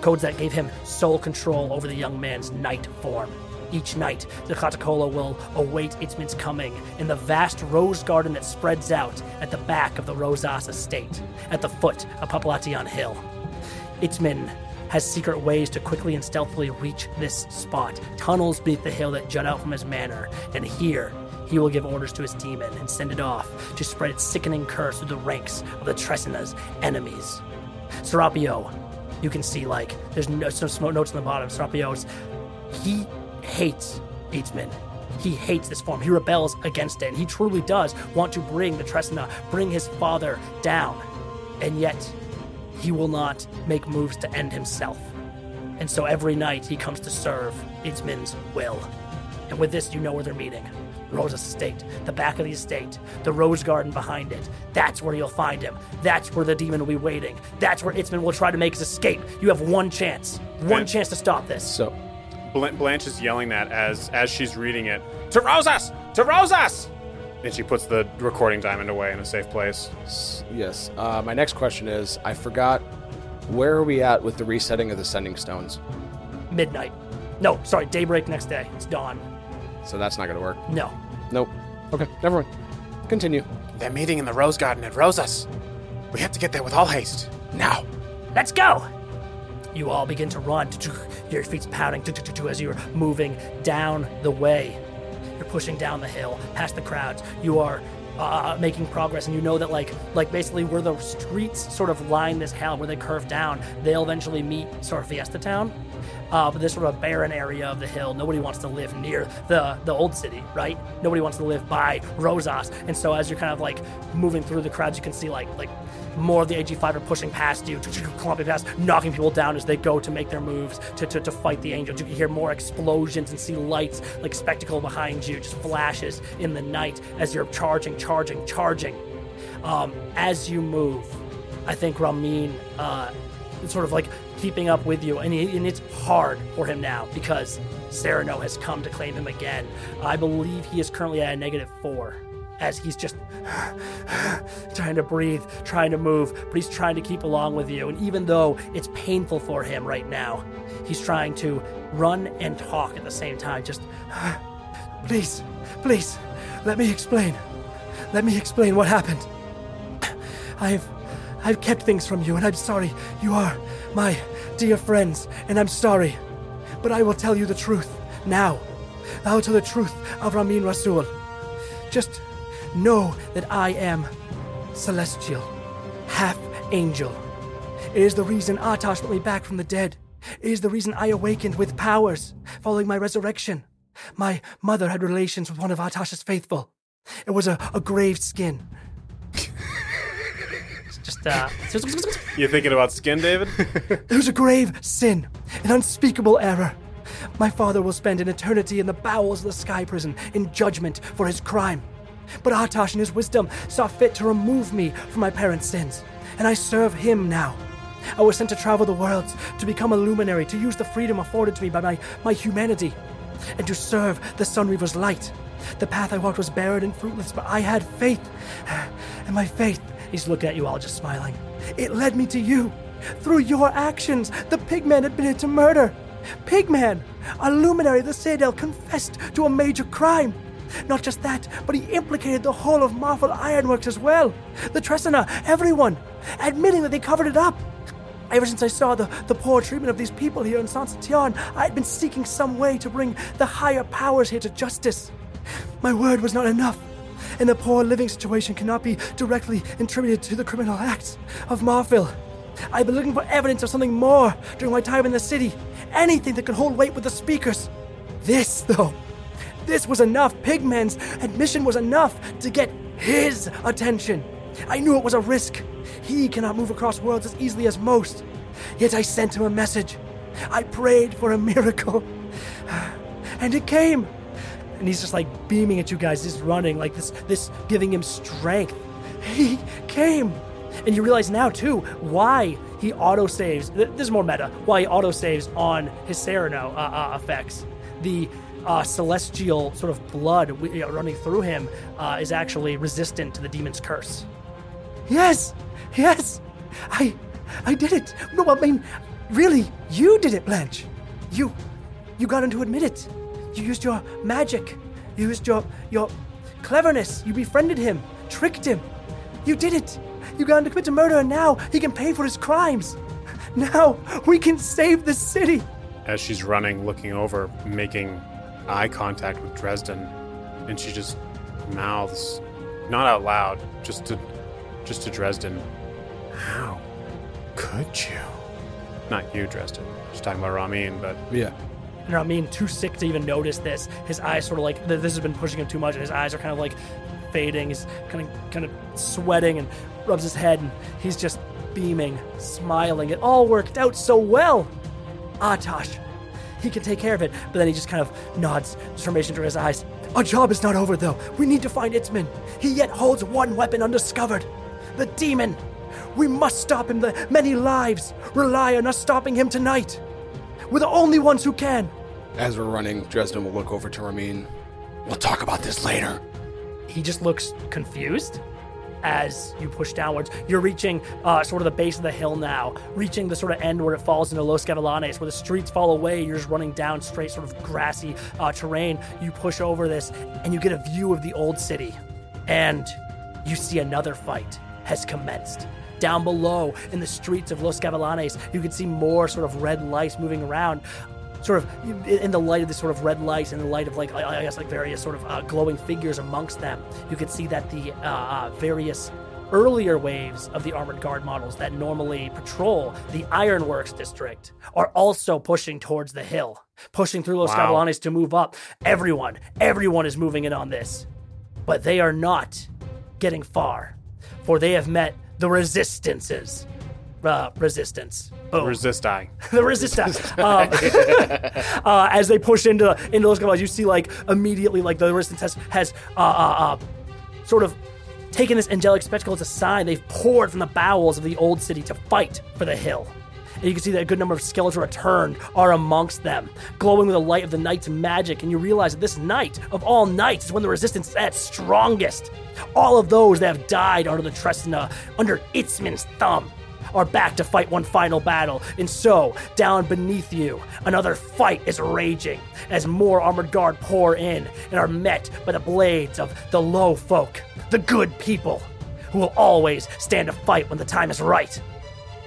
Codes that gave him sole control over the young man's night form. Each night, the Katakola will await Itzmin's coming in the vast rose garden that spreads out at the back of the Rosas estate, at the foot of Papalatian Hill. Itzmin has secret ways to quickly and stealthily reach this spot, tunnels beneath the hill that jut out from his manor, and here he will give orders to his demon and send it off to spread its sickening curse through the ranks of the Tresina's enemies. Serapio, you can see like there's no, some smoke notes on the bottom. Serapio's he hates Eatsman. He hates this form. He rebels against it, and he truly does want to bring the Tresina, bring his father down. And yet, he will not make moves to end himself. And so every night he comes to serve Itzmin's will. And with this, you know where they're meeting. Rosa's estate, the back of the estate, the rose garden behind it. That's where you'll find him. That's where the demon will be waiting. That's where Itzman will try to make his escape. You have one chance. One And- chance to stop this. So, Bl- Blanche is yelling that as as she's reading it, to Rosas! To Rosas! and she puts the recording diamond away in a safe place. Yes. Uh, my next question is I forgot where are we at with the resetting of the sending stones? Midnight. No, sorry, daybreak next day. It's dawn. So that's not going to work. No. Nope. Okay, never mind. Continue. That meeting in the Rose Garden at Rosa's. We have to get there with all haste. Now. Let's go! You all begin to run, your feet's pounding as you're moving down the way. You're pushing down the hill, past the crowds. You are uh, making progress, and you know that, like, like basically where the streets sort of line this hell, where they curve down, they'll eventually meet sort of Fiesta Town. Uh, but this sort of barren area of the hill, nobody wants to live near the the old city, right? Nobody wants to live by Rosas. And so as you're kind of like moving through the crowds, you can see like like more of the AG5 are pushing past you, clumping past, knocking people down as they go to make their moves to, to, to fight the angels. You can hear more explosions and see lights like spectacle behind you, just flashes in the night as you're charging, charging, charging. Um, as you move, I think Ramin uh, is sort of like keeping up with you, and, he, and it's hard for him now because Sereno has come to claim him again. I believe he is currently at a negative four as he's just trying to breathe, trying to move, but he's trying to keep along with you. And even though it's painful for him right now, he's trying to run and talk at the same time. Just, please, please, let me explain. Let me explain what happened. I've I've kept things from you and I'm sorry. You are my dear friends and I'm sorry. But I will tell you the truth now. I will tell the truth of Ramin Rasul. Just know that I am celestial, half angel. It is the reason Atash brought me back from the dead. It is the reason I awakened with powers following my resurrection. My mother had relations with one of Atash's faithful. It was a, a grave skin. Just, uh, You thinking about skin, David? it was a grave sin, an unspeakable error. My father will spend an eternity in the bowels of the sky prison in judgment for his crime. But Artash, in his wisdom, saw fit to remove me from my parents' sins, and I serve him now. I was sent to travel the worlds, to become a luminary, to use the freedom afforded to me by my, my humanity, and to serve the Sun Reaver's light. The path I walked was barren and fruitless, but I had faith. And my faith, he's looking at you all just smiling. It led me to you. Through your actions, the pigman admitted to murder. Pigman, a luminary of the Citadel, confessed to a major crime. Not just that, but he implicated the whole of Marvel Ironworks as well. The Tresina, everyone, admitting that they covered it up. Ever since I saw the, the poor treatment of these people here in Sansetian, I had been seeking some way to bring the higher powers here to justice. My word was not enough, and the poor living situation cannot be directly attributed to the criminal acts of Marville. I've been looking for evidence of something more during my time in the city, anything that could hold weight with the speakers. This, though, this was enough. Pigman's admission was enough to get his attention. I knew it was a risk. He cannot move across worlds as easily as most. Yet I sent him a message. I prayed for a miracle. And it came. And he's just like beaming at you guys. He's running like this, this giving him strength. He came. And you realize now, too, why he auto saves. This is more meta. Why he auto saves on his Sereno uh, uh, effects. The uh, celestial sort of blood w- you know, running through him uh, is actually resistant to the demon's curse. Yes, yes, I, I did it. No, I mean, really, you did it, Blanche. You, you got him to admit it. You used your magic. You used your your cleverness. You befriended him, tricked him. You did it. You got him to commit to murder, and now he can pay for his crimes. Now we can save the city. As she's running, looking over, making eye contact with Dresden, and she just mouths, not out loud, just to, just to Dresden, "How could you?" Not you, Dresden. She's talking about Ramin, but Yeah. you know what I mean, too sick to even notice this. His eyes sort of like th- this has been pushing him too much, and his eyes are kind of like fading. He's kind of kind of sweating and rubs his head, and he's just beaming, smiling. It all worked out so well. Atash, he can take care of it. But then he just kind of nods determination to his eyes. Our job is not over, though. We need to find Itzman. He yet holds one weapon undiscovered the demon. We must stop him. The many lives rely on us stopping him tonight. We're the only ones who can. As we're running, Dresden will look over to Ramin. We'll talk about this later. He just looks confused as you push downwards. You're reaching uh, sort of the base of the hill now, reaching the sort of end where it falls into Los Gavilanes, where the streets fall away. You're just running down straight, sort of grassy uh, terrain. You push over this, and you get a view of the old city, and you see another fight has commenced. Down below in the streets of Los Gavilanes, you can see more sort of red lights moving around sort of in the light of this sort of red lights and the light of like I I guess like various sort of uh, glowing figures amongst them, you can see that the uh, uh, various earlier waves of the armored guard models that normally patrol the ironworks district are also pushing towards the hill pushing through los Wow. Cabellanes to move up everyone everyone is moving in on this but they are not getting far for they have met the resistances uh, resistance Boom resist eye. the resistance. Um, uh, as they push into into those guys, you see like immediately like the resistance has has uh, uh, uh, sort of taken this angelic spectacle as a sign. They've poured from the bowels of the old city to fight for the hill. And you can see that a good number of skeletons returned are amongst them, glowing with the light of the night's magic. And you realize that this night of all nights is when the resistance is at its strongest. All of those that have died under the Tresna, under Itzman's thumb, are back to fight one final battle. And so, down beneath you, another fight is raging as more armored guard pour in and are met by the blades of the low folk, the good people, who will always stand to fight when the time is right.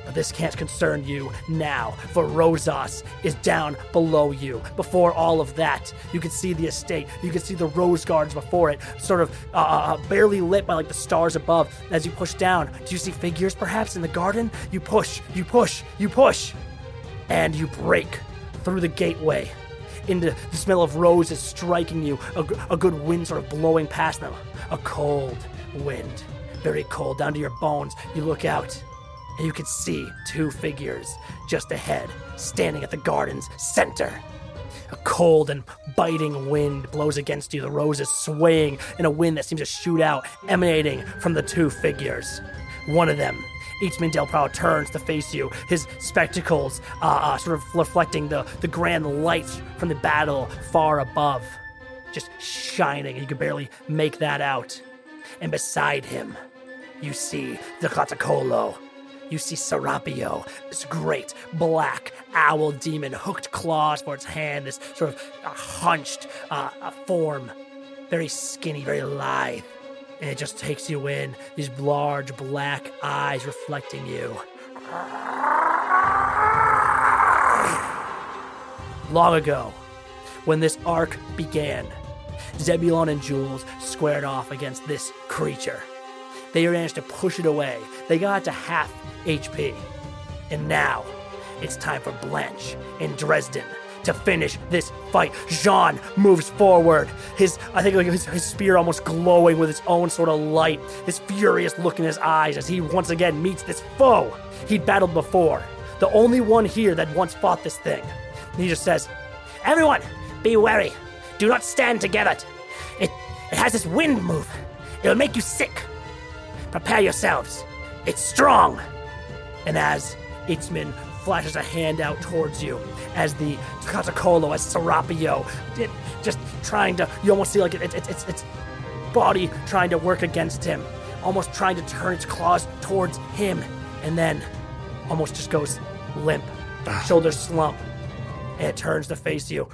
But this can't concern you now, for Rosas is down below you. Before all of that, you can see the estate. You can see the rose gardens before it, sort of uh, uh, uh, barely lit by like the stars above. As you push down, do you see figures perhaps in the garden? You push, you push, you push and you break through the gateway into the smell of roses striking you, a, g- a good wind sort of blowing past them. A cold wind, very cold, down to your bones. You look out, and you can see two figures just ahead, standing at the garden's center. A cold and biting wind blows against you, the roses swaying in a wind that seems to shoot out, emanating from the two figures. One of them, Eachman Del Prado, turns to face you, his spectacles uh, uh, sort of reflecting the, the grand lights from the battle far above, just shining, and you can barely make that out. And beside him, you see the Catacolo. You see Serapio, this great black owl demon, hooked claws for its hand, this sort of uh, hunched uh, uh, form, very skinny, very lithe. And it just takes you in, these large black eyes reflecting you. Long ago, when this arc began, Zebulon and Jules squared off against this creature. They managed to push it away. They got it to half HP. And now, it's time for Blanche in Dresden to finish this fight. Jean moves forward. His, I think, like his, his spear almost glowing with its own sort of light. This furious look in his eyes as he once again meets this foe he'd battled before. The only one here that once fought this thing. And he just says, "Everyone, be wary. Do not stand together. It, it has this wind move. It'll make you sick. Prepare yourselves. It's strong." And as Itzman flashes a hand out towards you, as the Catacolo, as Serapio, it, just trying to, you almost see like it, it, it, it's, it's body trying to work against him, almost trying to turn its claws towards him, and then almost just goes limp, shoulders slump, and it turns to face you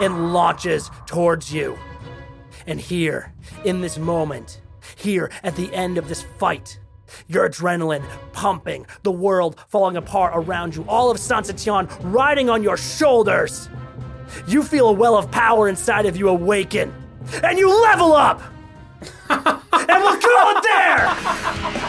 and launches towards you. And here, in this moment, here at the end of this fight, your adrenaline pumping, the world falling apart around you, all of Sansetian riding on your shoulders. You feel a well of power inside of you awaken, and you level up! and look who out there!